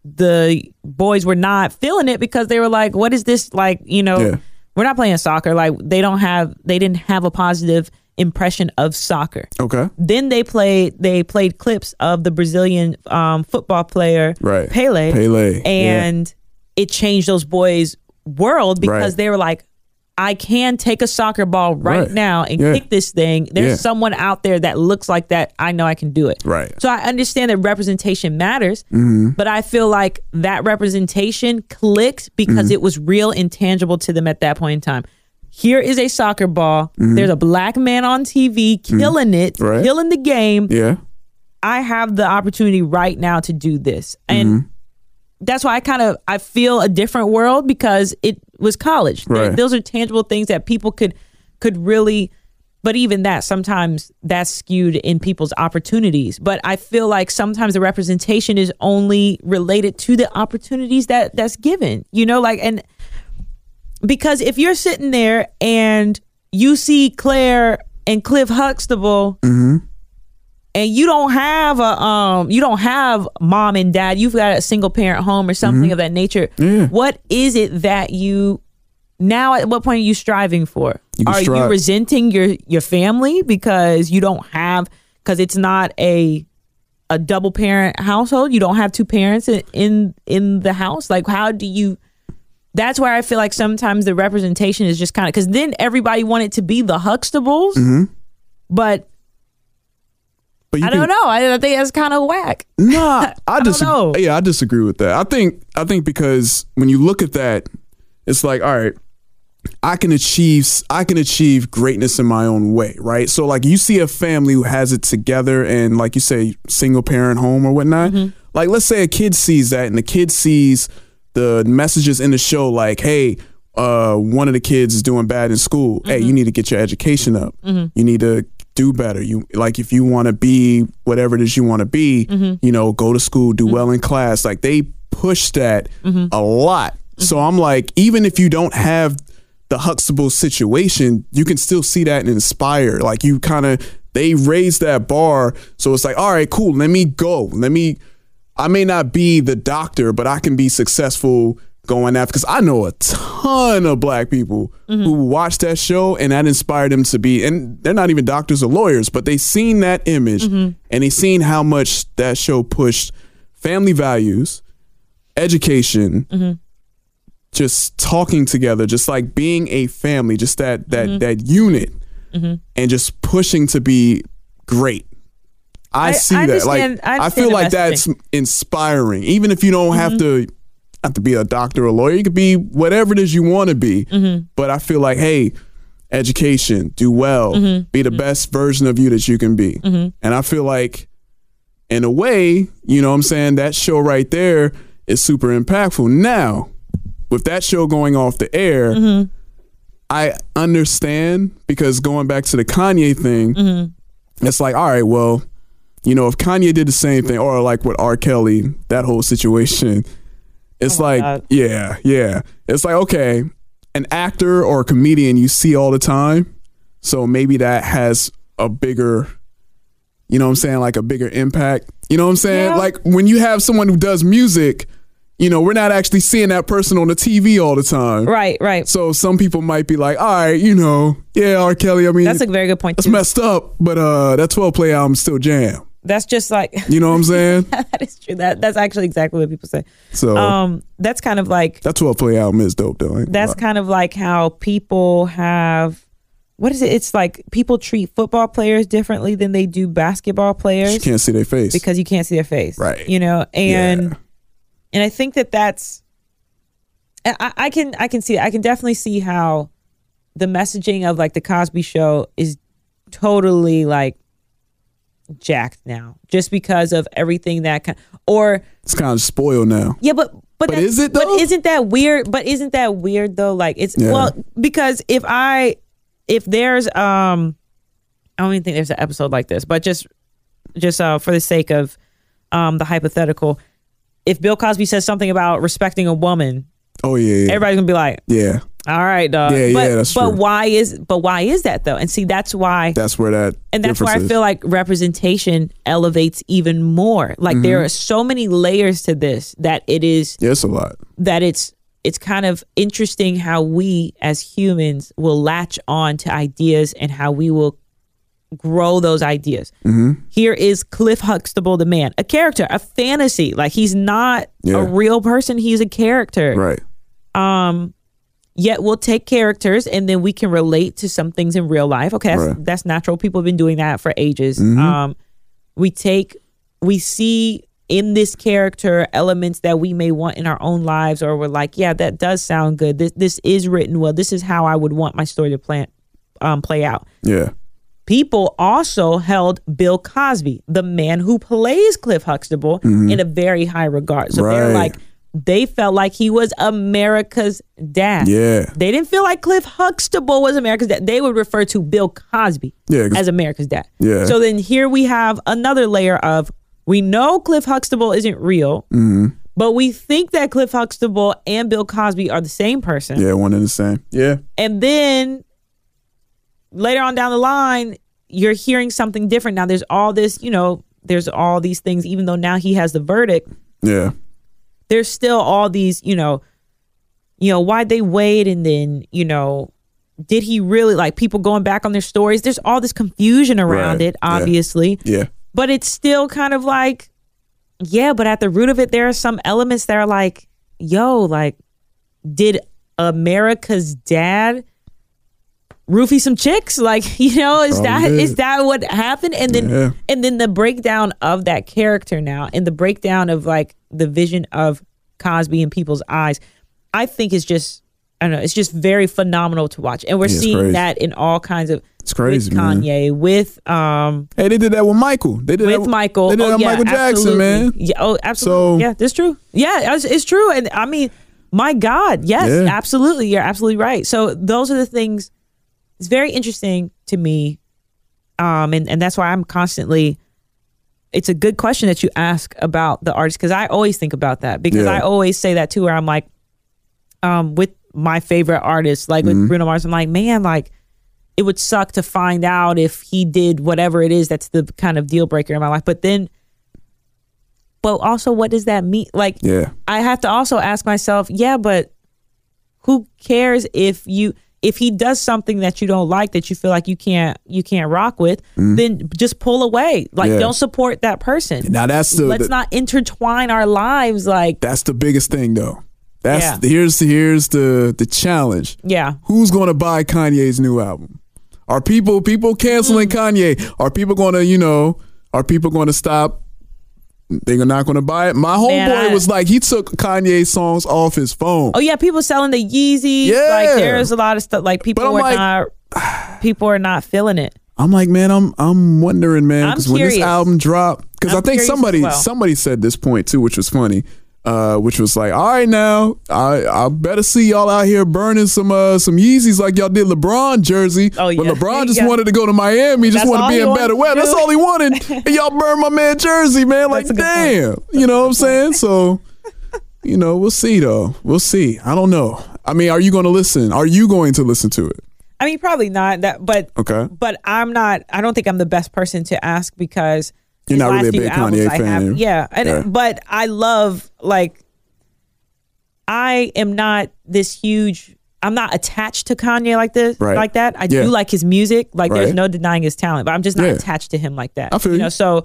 S1: the boys were not feeling it because they were like, "What is this? Like, you know,
S4: Yeah.
S1: we're not playing soccer. Like, they don't have, they didn't have a positive impression of soccer."
S4: okay
S1: Then they played they played clips of the Brazilian um, football player
S4: Right.
S1: Pele,
S4: Pele,
S1: and it changed those boys' world because
S4: Right.
S1: they were like, "I can take a soccer ball right,
S4: Right.
S1: now and
S4: Yeah.
S1: kick this thing." There's
S4: Yeah.
S1: someone out there that looks like that. I know I can do it.
S4: Right. Mm-hmm.
S1: So I understand that representation matters, but I feel like that representation clicked because
S4: Mm-hmm.
S1: it was real and tangible to them at that point in time. Here is a soccer ball. There's a black man on TV killing it,
S4: Mm-hmm. Right.
S1: killing the game.
S4: yeah
S1: I have the opportunity right now to do this. And that's why I kind of I feel a different world because it was college. Th-
S4: Right.
S1: Those are tangible things that people could could really but even that sometimes that's skewed in people's opportunities. But I feel like sometimes the representation is only related to the opportunities that that's given. You know, like and because if you're sitting there and you see Claire and Cliff Huxtable and you don't have a um you don't have mom and dad you've got a single parent home or something of that nature
S4: Mm-hmm. Yeah.
S1: what is it that you now at what point are you striving for
S4: can
S1: are you
S4: strive.
S1: resenting your your family because you don't have because it's not a a double parent household you don't have two parents in, in in the house like how do you that's where I feel like sometimes the representation is just kind of because then everybody wanted to be the Huxtables,
S4: Mm-hmm.
S1: but
S4: but you
S1: I
S4: can-
S1: don't know. I, I think that's kind of whack. *laughs*
S4: Nah, I,
S1: don't
S4: disagree.
S1: know.
S4: Yeah, I disagree with that. I think I think because when you look at that, it's like, all right, I can achieve I can achieve greatness in my own way, right? So like you see a family who has it together and like you say single parent home or whatnot. Like let's say a kid sees that and the kid sees the messages in the show like, hey, uh, one of the kids is doing bad in school. Hey, you need to get your education up. You need to do better. You like if you want to be whatever it is you want to be, you know, go to school, do well in class. Like they push that a lot. So I'm like, even if you don't have the Huxtable situation, you can still see that and inspire. Like you kind of they raise that bar, so it's like, all right, cool. Let me go. Let me. I may not be the doctor, but I can be successful going after because I know a ton of black people who watched that show and that inspired them to be. And they're not even doctors or lawyers, but they seen that image and they seen how much that show pushed family values, education, just talking together, just like being a family, just that that
S1: Mm-hmm.
S4: that unit, and just pushing to be great. I,
S1: I-
S4: see
S1: I
S4: that. Like
S1: understand- I
S4: I,
S1: understand
S4: feel
S1: the
S4: like that's
S1: messaging. Mm-hmm.
S4: inspiring, even if you don't have to have to be a doctor or a lawyer. You could be whatever it is you want to be.
S1: Mm-hmm.
S4: But I feel like, hey, education, do well,
S1: Mm-hmm.
S4: be the best version of you that you can be. And I feel like in a way, you know what I'm saying, that show right there is super impactful. Now, with that show going off the air,
S1: Mm-hmm.
S4: I understand because going back to the Kanye thing,
S1: Mm-hmm.
S4: it's like, all right, well, you know, if Kanye did the same thing, or like with R. Kelly, that whole situation, it's like,
S1: Oh God.
S4: yeah, yeah. It's like, okay, an actor or a comedian you see all the time. So maybe that has a bigger, you know what I'm saying, like a bigger impact. You know what I'm saying?
S1: Yeah.
S4: Like when you have someone who does music, you know, we're not actually seeing that person on the TV all the time.
S1: Right, right.
S4: So some people might be like, all right, you know, yeah, R. Kelly, I mean,
S1: That's a very good point.
S4: that's
S1: Too.
S4: messed up, but uh, that 12 play album still jam.
S1: That's just like *laughs*
S4: You know what I'm saying?
S1: that is true. That that's actually exactly what people say.
S4: So
S1: Um, that's kind of like
S4: that 12 play album is dope, though. I ain't
S1: that's
S4: gonna
S1: kind of like how people have what is it? It's like people treat football players differently than they do basketball
S4: lie.
S1: players.
S4: You can't see their face.
S1: because you can't see their face
S4: Right.
S1: you know and
S4: Yeah.
S1: and i think that that's I- I, I can i can see i can definitely see how the messaging of like the cosby show is totally like jacked now just because of everything that kind or
S4: it's kind of spoiled now.
S1: yeah but but, that's-
S4: is it, though?
S1: but isn't that weird but isn't that weird though like it's
S4: Yeah.
S1: well because if i if there's um i don't even think there's an episode like this but just just uh, for the sake of um, the hypothetical, if Bill Cosby says something about respecting a woman,
S4: Oh, yeah. Yeah.
S1: everybody's gonna be like,
S4: yeah.
S1: "All right, dog."
S4: Yeah, yeah,
S1: but,
S4: that's
S1: but
S4: true.
S1: why is but why is that though? And see, that's why,
S4: That's where that.
S1: and that's why I
S4: difference
S1: feel like representation elevates even more. Like
S4: Mm-hmm.
S1: there are so many layers to this that it is
S4: is. Yeah, it's a lot.
S1: that it's it's kind of interesting how we as humans will latch on to ideas and how we will grow those ideas. Here is Cliff Huxtable, the man, a character, a fantasy. Like he's not
S4: Yeah.
S1: a real person; he's a character.
S4: Right.
S1: Yet we'll take characters and then we can relate to some things in real life. Okay, that's,
S4: Right. Mm-hmm.
S1: that's natural. People have been doing that for ages. Um, we take, we see in this character elements that we may want in our own lives, or we're like, yeah, that does sound good. This this is written well. This is how I would want my story to plan, um, play out
S4: Yeah.
S1: people also held Bill Cosby, the man who plays Cliff Huxtable, in a very high regard. So they're
S4: Mm-hmm. Right.
S1: like, they felt like he was America's dad.
S4: Yeah.
S1: They didn't feel like Cliff Huxtable was America's dad. They would refer to Bill Cosby
S4: Yeah, 'cause-
S1: as America's dad.
S4: Yeah.
S1: So then here we have another layer of we know Cliff Huxtable isn't real,
S4: Mm-hmm.
S1: but we think that Cliff Huxtable and Bill Cosby are the same person.
S4: Yeah. One and the same. Yeah.
S1: And then later on down the line, you're hearing something different. Now there's all this, you know, there's all these things, even though now he has the verdict,
S4: Yeah.
S1: there's still all these, you know, you know, why'd they wait and then, you know, did he really like people going back on their stories? There's all this confusion around
S4: Right.
S1: it,
S4: Yeah.
S1: obviously.
S4: Yeah.
S1: But it's still kind of like, yeah, but at the root of it, there are some elements that are like, yo, like, did America's dad roofie some chicks? *laughs* Like, you know, is
S4: Probably
S1: that is
S4: did.
S1: that what happened? And then
S4: Yeah.
S1: and then the breakdown of that character now and the breakdown of like the vision of Cosby in people's eyes, I think is just I don't know, it's just very phenomenal to watch. And we're
S4: it's
S1: seeing
S4: crazy.
S1: that in all kinds of
S4: It's crazy,
S1: with
S4: man.
S1: Kanye, with um
S4: Hey, they did that with Michael. They did that
S1: with Michael.
S4: They did
S1: oh,
S4: that with
S1: yeah,
S4: Michael Jackson,
S1: absolutely.
S4: man.
S1: Yeah, oh, absolutely.
S4: So-
S1: yeah, that's true. Yeah, it's, it's true. And I mean, my God, yes,
S4: Yeah.
S1: absolutely. You're absolutely right. So those are the things. It's very interesting to me, um, and and that's why I'm constantly. It's a good question that you ask about the artist because I always think about that because
S4: Yeah.
S1: I always say that too. Where I'm like, um, with my favorite artist, like
S4: Mm-hmm.
S1: with Bruno Mars, I'm like, man, like it would suck to find out if he did whatever it is that's the kind of deal breaker in my life. But then, but also, what does that mean? Like,
S4: Yeah.
S1: I have to also ask myself, yeah, but who cares if you if he does something that you don't like that you feel like you can't you can't rock with, then just pull away. Like,
S4: Mm-hmm. Yeah.
S1: don't support that person.
S4: Now that's the,
S1: Let's
S4: the-
S1: not intertwine our lives. Like,
S4: that's the biggest thing though. That's
S1: Yeah.
S4: here's here's the the challenge.
S1: yeah,
S4: who's going to buy Kanye's new album? Are people people canceling
S1: Hmm.
S4: Kanye? Are people going to you know? Are people going to stop? They're not going to buy it. My
S1: Man,
S4: homeboy
S1: I-
S4: was like, he took Kanye's songs off his phone.
S1: Oh yeah, people selling the Yeezys.
S4: Yeah.
S1: Like there's a lot of stuff. Like people
S4: But I'm
S1: are
S4: like-
S1: not people are not feeling it.
S4: I'm like, man, I'm I'm wondering, man,
S1: I'm
S4: because when this
S1: curious.
S4: album dropped, because
S1: I'm
S4: I think
S1: curious as
S4: somebody
S1: well.
S4: somebody said this point too, which was funny. uh, which was like, all right now, I I better see y'all out here burning some uh, some Yeezys like y'all did LeBron jersey.
S1: Oh, yeah.
S4: But LeBron just
S1: Yeah.
S4: wanted to go to Miami, just
S1: That's
S4: wanted
S1: all
S4: to be
S1: he
S4: in
S1: wanted
S4: better
S1: to
S4: weather. That's
S1: do.
S4: all
S1: *laughs*
S4: he wanted. and y'all burned my man jersey, man. Like,
S1: That's a good
S4: damn. You know what I'm
S1: *laughs*
S4: saying? So, you know, we'll see though. We'll see. I don't know. I mean, are you going to listen? Are you going to listen to it?
S1: I mean, probably not that, but
S4: Okay.
S1: but I'm not. I don't think I'm the best person to ask because
S4: You're
S1: his
S4: not really
S1: last
S4: a
S1: few
S4: big
S1: albums
S4: Kanye
S1: I
S4: fan.
S1: have- yeah, and
S4: Yeah.
S1: but I love like I am not this huge. I'm not attached to Kanye like this,
S4: Right.
S1: like that. I
S4: Yeah.
S1: do like his music. Like
S4: Right.
S1: there's no denying his talent, but I'm just not
S4: Yeah.
S1: attached to him like that.
S4: I feel
S1: you
S4: you.
S1: know, so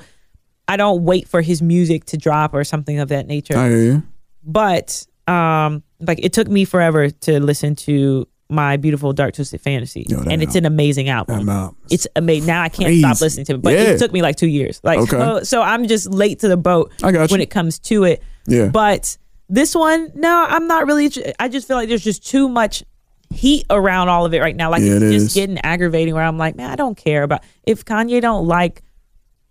S1: I don't wait for his music to drop or something of that nature
S4: I hear you.
S1: but um like it took me forever to listen to my beautiful dark twisted fantasy
S4: Yo, that
S1: and it's
S4: album-
S1: an amazing album
S4: that album's
S1: it's amazing now i can't stop
S4: crazy.
S1: listening to it but
S4: Yeah.
S1: it took me like two years like
S4: Okay.
S1: so, so i'm just late to the boat
S4: I got
S1: when
S4: you.
S1: it comes to it
S4: Yeah.
S1: but this one no i'm not really inter- i just feel like there's just too much heat around all of it right now like
S4: Yeah,
S1: it's
S4: it
S1: just
S4: is.
S1: getting aggravating where i'm like man i don't care about if kanye don't like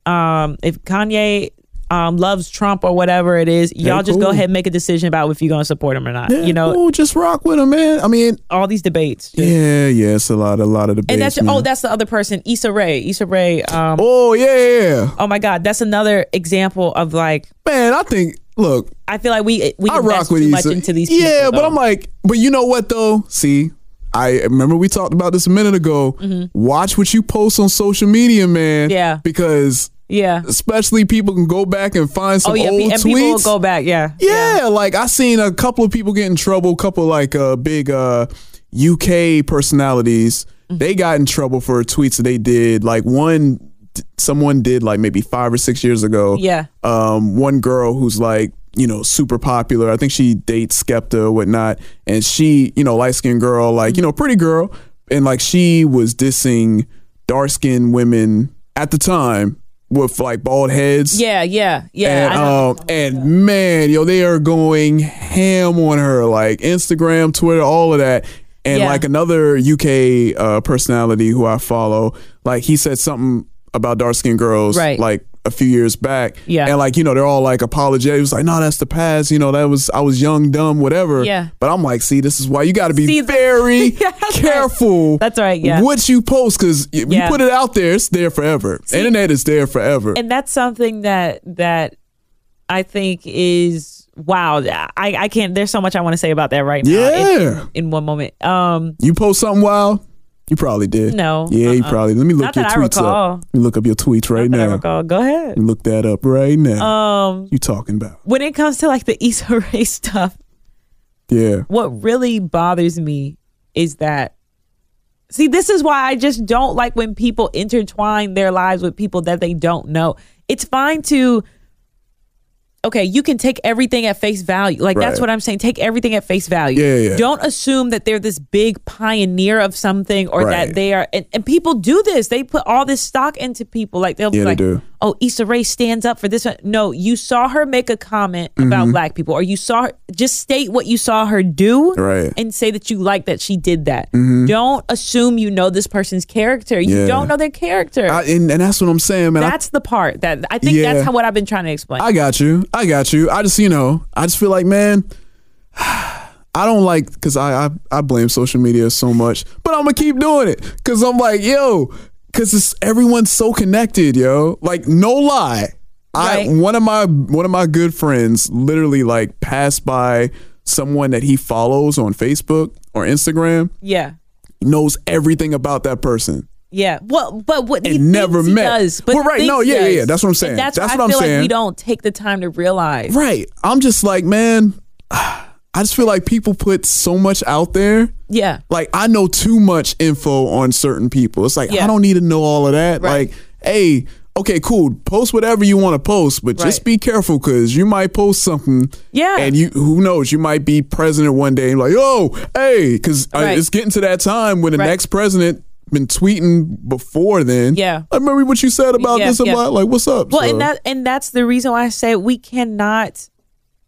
S1: um, if Kanye um, loves Trump or whatever it is, y'all just
S4: cool.
S1: go ahead and make a decision about if you're going to support him or not.
S4: Yeah,
S1: you know,
S4: cool, just rock with him, man. I mean,
S1: all these debates. just-
S4: yeah, yeah, it's a lot, a lot of debates.
S1: and that's
S4: man.
S1: oh, that's the other person, Issa Rae. Issa Rae. Um, oh.
S4: oh yeah, yeah, yeah.
S1: my God, that's another example of like
S4: man. I think look,
S1: I feel like we we
S4: I rock
S1: invest
S4: with
S1: too much
S4: Issa.
S1: into these.
S4: yeah,
S1: people,
S4: but
S1: though.
S4: I'm like, but you know what though? See, I remember we talked about this a minute ago. Watch what you post on social media, man.
S1: Mm-hmm. Yeah.
S4: because
S1: yeah,
S4: especially people can go back and find some
S1: oh yeah,
S4: old
S1: and
S4: tweets.
S1: people will go back. Yeah,
S4: Yeah, like I seen a couple of people get in trouble. Couple like uh, big uh, UK personalities, they got in trouble for tweets that they did. Like one, someone did like maybe five or six years ago.
S1: Yeah.
S4: Um, one girl who's like you know super popular. I think she dates Skepta or whatnot, and she you know light skinned girl, like you know pretty girl, and like she was dissing dark skinned women at the time with like bald heads.
S1: yeah, yeah, yeah.
S4: And
S1: I know.
S4: um and man, yo, they are going ham on her, like Instagram, Twitter, all of that. And
S1: Yeah.
S4: like another UK uh, personality who I follow, like he said something about dark skinned girls,
S1: Right.
S4: like a few years back.
S1: Yeah.
S4: And like, you know, they're all like apologetic. It was like, no, that's the past. You know, that was, I was young, dumb, whatever.
S1: Yeah.
S4: But I'm like, see, this is why you got to be
S1: See, that-
S4: very
S1: *laughs* Yeah, that's right.
S4: careful.
S1: That's right, yeah.
S4: What you post, because you
S1: Yeah.
S4: put it out there, it's there forever. Internet is there forever.
S1: and that's something that that I think is wow. I I can't. There's so much I want to say about that right now. in-
S4: Yeah.
S1: In, in one moment. Um.
S4: You post something wild? You probably did.
S1: No,
S4: Yeah, you
S1: uh-uh.
S4: probably. Let me look
S1: Not
S4: your
S1: that I
S4: tweets
S1: recall.
S4: up. Let me look up your tweets right
S1: that I
S4: now.
S1: recall. Go ahead.
S4: Look that up right now.
S1: Um.
S4: you talking about?
S1: When it comes to like the Issa Rae *laughs* stuff,
S4: Yeah.
S1: what really bothers me is that. See, this is why I just don't like when people intertwine their lives with people that they don't know. It's fine to. Okay, you can take everything at face value. Like that's
S4: Right.
S1: what I'm saying. Take everything at face value.
S4: Yeah, yeah, yeah.
S1: Don't assume that they're this big pioneer of something or
S4: Right.
S1: that they are. And, and people do this. They put all this stock into people. Like they'll be
S4: Yeah, they
S1: like,
S4: do.
S1: oh, Issa Rae stands up for this. one." No, you saw her make a comment
S4: Mm-hmm.
S1: about black people, or you saw her just state what you saw her do,
S4: Right. Mm-hmm.
S1: and say that you like that she did that. Don't assume you know this person's character.
S4: Yeah.
S1: You don't know their character.
S4: I, and, and that's what I'm saying, man. I-
S1: that's the part that I think
S4: Yeah.
S1: that's how what I've been trying to explain.
S4: I got you. I got you. I just, you know, I just feel like, man, *sighs* I don't like because I, I I blame social media so much, but I'm gonna keep doing it because I'm like, yo, because it's everyone's so connected, yo. Like, no lie,
S1: Right.
S4: I one of my one of my good friends literally like passed by someone that he follows on Facebook or Instagram,
S1: yeah.
S4: knows everything about that person.
S1: Yeah. Well, but what he
S4: And never
S1: thinks he
S4: met.
S1: does, but
S4: Well, right,
S1: thinks
S4: no,
S1: he
S4: yeah, yeah,
S1: does.
S4: yeah, that's what I'm
S1: And
S4: saying.
S1: that's
S4: That's
S1: why
S4: what
S1: I
S4: I'm
S1: feel Like we
S4: saying.
S1: don't take the time to realize.
S4: Right. I'm just like, man, *sighs* I just feel like people put so much out there.
S1: Yeah.
S4: Like I know too much info on certain people. It's like
S1: Yeah.
S4: I don't need to know all of that.
S1: Right.
S4: Like, hey, okay, cool. Post whatever you want to post, but just
S1: Right.
S4: be careful because you might post something.
S1: Yeah.
S4: And you, who knows, you might be president one day. And like, oh, hey, because
S1: Right.
S4: it's getting to that time when the
S1: Right.
S4: next president been tweeting before then.
S1: Yeah.
S4: I remember what you said about
S1: Yeah,
S4: this and
S1: yeah.
S4: that. Like, what's up?
S1: Well,
S4: So-
S1: and that and that's the reason why I say we cannot.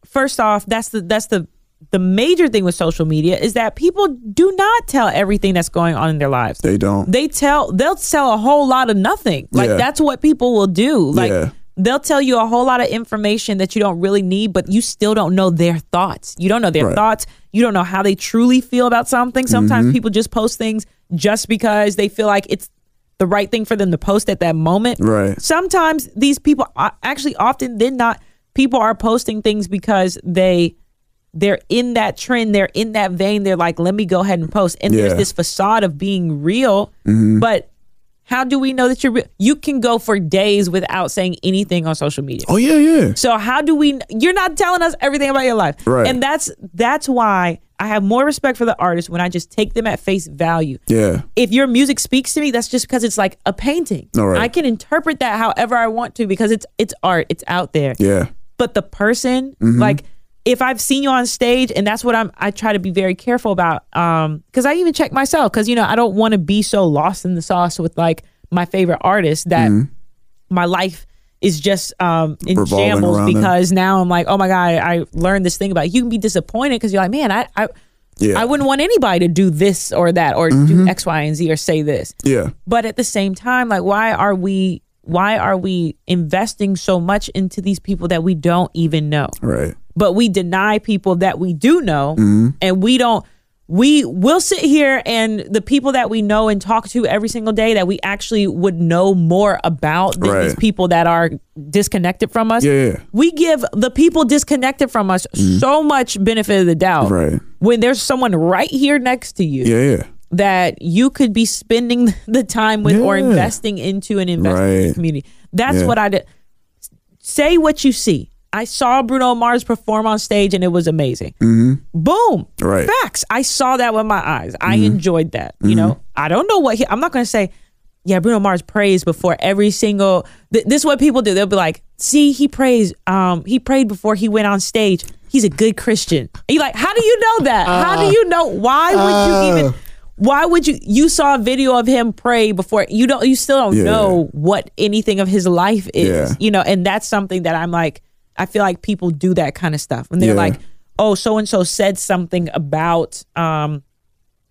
S1: First off, that's the that's the the major thing with social media is that people do not tell everything that's going on in their lives.
S4: they don't.
S1: They tell they'll tell a whole lot of nothing. Like
S4: Yeah.
S1: that's what people will do. Like
S4: Yeah.
S1: they'll tell you a whole lot of information that you don't really need, but you still don't know their thoughts. You don't know their
S4: Right. Mm-hmm.
S1: thoughts. You don't know how they truly feel about something. Sometimes people just post things just because they feel like it's the right thing for them to post at that moment.
S4: Right.
S1: Sometimes these people are- actually often did not people are posting things because they they're in that trend, they're in that vein, they're like, let me go ahead and post. And there's
S4: Yeah. Mm-hmm.
S1: this facade of being real, but how do we know that you're real? You can go for days without saying anything on social media.
S4: Oh yeah, yeah.
S1: So how do we? You're not telling us everything about your life,
S4: Right.
S1: And that's that's why I have more respect for the artist when I just take them at face value.
S4: Yeah.
S1: If your music speaks to me, that's just because it's like a painting.
S4: All right.
S1: I can interpret that however I want to because it's it's art. It's out there
S4: Yeah.
S1: but the person
S4: Mm-hmm.
S1: like if i've seen you on stage and that's what i'm i try to be very careful about um because i even check myself because you know i don't want to be so lost in the sauce with like my favorite artist that my life is just um in
S4: Mm-hmm. Revolving around
S1: shambles
S4: them.
S1: because now i'm like oh my god i learned this thing about you can be disappointed because you're like man i i
S4: Yeah. Mm-hmm.
S1: I wouldn't want anybody to do this or that or do X, Y, and Z or say this
S4: Yeah.
S1: but at the same time like why are we why are we investing so much into these people that we don't even know
S4: Right.
S1: but we deny people that we do know
S4: Mm-hmm.
S1: and we don't we will sit here and the people that we know and talk to every single day that we actually would know more about than these
S4: Right.
S1: people that are disconnected from us
S4: Yeah. Mm-hmm.
S1: we give the people disconnected from us so much benefit of the doubt
S4: Right.
S1: when there's someone right here next to you
S4: Yeah. Yeah.
S1: that you could be spending *laughs* the time with or
S4: Yeah.
S1: investing into and investing in the
S4: Right.
S1: community. That's
S4: Yeah.
S1: what I did. Say what you see. I saw Bruno Mars perform on stage and it was amazing. Boom.
S4: Right. Mm-hmm.
S1: Facts. I saw that with my eyes. I enjoyed that. You know, I don't know what he, I'm not going to say, yeah, Bruno Mars prays before every single. Th- this is what people do. They'll be like, see, he prays. Um, he prayed before he went on stage. He's a good Christian. You like, how do you know that? how do you know? Why
S4: Uh.
S1: would you even? Why would you? You saw a video of him pray before. You don't. You still don't
S4: Yeah.
S1: know what anything of his life is.
S4: Yeah.
S1: You know, and that's something that I'm like. I feel like people do that kind of stuff, and they're
S4: Yeah.
S1: like, "Oh, so and so said something about um,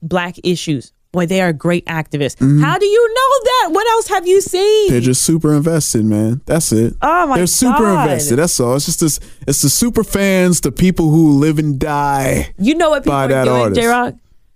S1: black issues." Boy, they are great activists.
S4: Mm-hmm.
S1: How do you know that? What else have you seen?
S4: They're just super invested, man. That's it.
S1: Oh, my
S4: They're super
S1: God.
S4: invested. That's all. It's just this. It's the super fans, the people who live and die.
S1: You know what people
S4: by
S1: are
S4: that
S1: doing,
S4: artist.
S1: J Rock?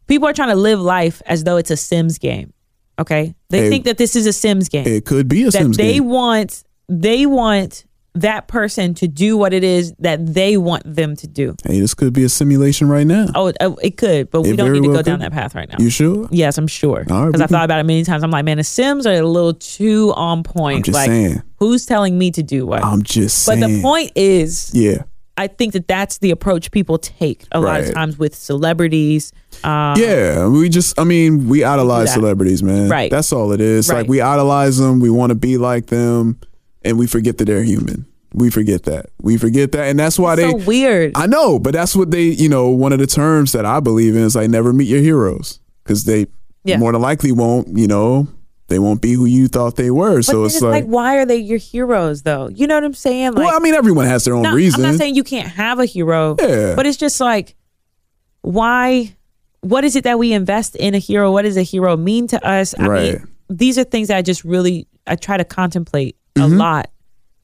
S1: People are trying to live life as though it's a Sims game. Okay, they
S4: Hey.
S1: think that this is a Sims game.
S4: It could be a
S1: that
S4: Sims
S1: they
S4: game.
S1: want they want that person to do what it is that they want them to do.
S4: Hey, this could be a simulation right now.
S1: Oh, it, oh, it could, but we
S4: It
S1: don't
S4: very
S1: need to
S4: well
S1: go down
S4: could.
S1: that path right now.
S4: You sure?
S1: yes, I'm sure.
S4: All right,
S1: Because
S4: we
S1: I
S4: can-
S1: thought about it many times. I'm like, man, the Sims are a little too on point.
S4: I'm just
S1: like,
S4: saying. Oh,
S1: who's telling me to do what?
S4: I'm just
S1: but
S4: saying.
S1: the point is,
S4: Yeah.
S1: I think that that's the approach people take a lot of
S4: Right.
S1: times with celebrities. Um,
S4: Yeah, we just, I mean, we idolize
S1: that.
S4: celebrities, man.
S1: Right.
S4: That's all it is.
S1: Right.
S4: Like, we idolize them, we want to be like them, and we forget that they're human. We forget that. We forget that. And that's why
S1: so
S4: they,
S1: weird.
S4: I know, but that's what they, you know, one of the terms that I believe in is like never meet your heroes because they
S1: Yeah.
S4: more than likely won't, you know, they won't be who you thought they were.
S1: but
S4: so
S1: then
S4: it's,
S1: it's like,
S4: like,
S1: why are they your heroes though? You know what I'm saying? Like,
S4: well, I mean, everyone has their own
S1: No,
S4: reason.
S1: I'm not saying you can't have a hero,
S4: Yeah.
S1: but it's just like, why? What is it that we invest in a hero? What does a hero mean to us? I
S4: Right.
S1: mean, these are things that I just really I try to contemplate a lot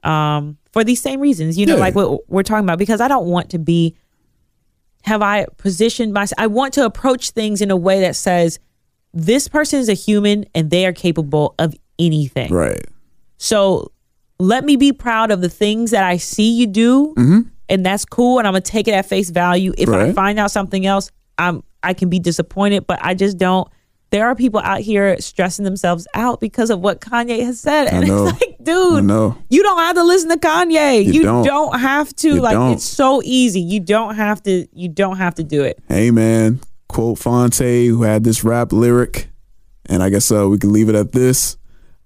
S1: um, for these same reasons. You know,
S4: Mm-hmm. Yeah.
S1: like what we're talking about, because I don't want to be. Have I positioned myself? I want to approach things in a way that says this person is a human and they are capable of anything.
S4: right.
S1: So let me be proud of the things that I see you do, and that's cool. And I'm gonna take it at face value. If I
S4: Mm-hmm. Right.
S1: find out something else, I'm I can be disappointed, but I just don't. There are people out here stressing themselves out because of what Kanye has said, and
S4: know.
S1: it's *laughs* like, dude,
S4: I know.
S1: you don't have to listen to Kanye. You,
S4: You
S1: don't.
S4: don't.
S1: have to.
S4: You
S1: like,
S4: don't.
S1: it's so easy. You don't have to. You don't have to do it.
S4: hey man, quote Fonte who had this rap lyric, and I guess uh, we can leave it at this.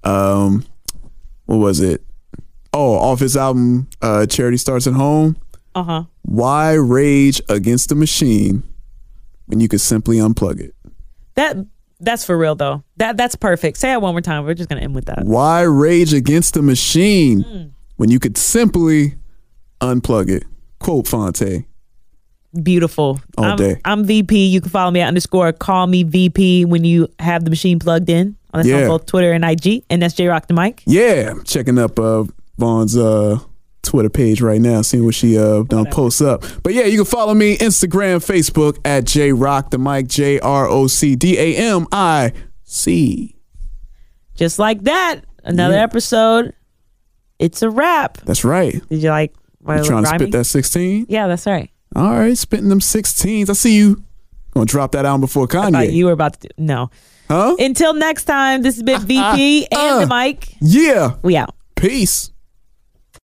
S4: Um, what was it? Oh, off his album, uh, "Charity Starts at Home."
S1: Uh huh.
S4: Why rage against the machine when you could simply unplug it?
S1: That that's for real though. That that's perfect. Say it one more time. We're just gonna end with that.
S4: Why rage against the machine when you could simply unplug it? Quote Fonte.
S1: beautiful.
S4: All
S1: I'm,
S4: day.
S1: I'm VP. You can follow me at underscore call me VP when you have the machine plugged in. That's
S4: Yeah.
S1: on both Twitter and IG. And that's J Rock the Mic.
S4: Yeah, checking up uh, Vaughn's uh, Twitter page right now, seeing what she uh, done posts up. But yeah, you can follow me Instagram, Facebook at J Rock the Mic J R O C D A M I C.
S1: Just like that, another
S4: Yeah.
S1: episode. It's a wrap.
S4: That's right.
S1: Did you like my
S4: You trying to
S1: rhyming?
S4: spit that sixteen?
S1: Yeah, that's right.
S4: All right, spitting them sixteens. I see you. Gonna drop that album before
S1: Thought
S4: Kanye,
S1: Uh, you were about to do, no.
S4: huh? *laughs* Uh,
S1: Until next time, this has been VP and the mic.
S4: Yeah.
S1: We out.
S4: Peace.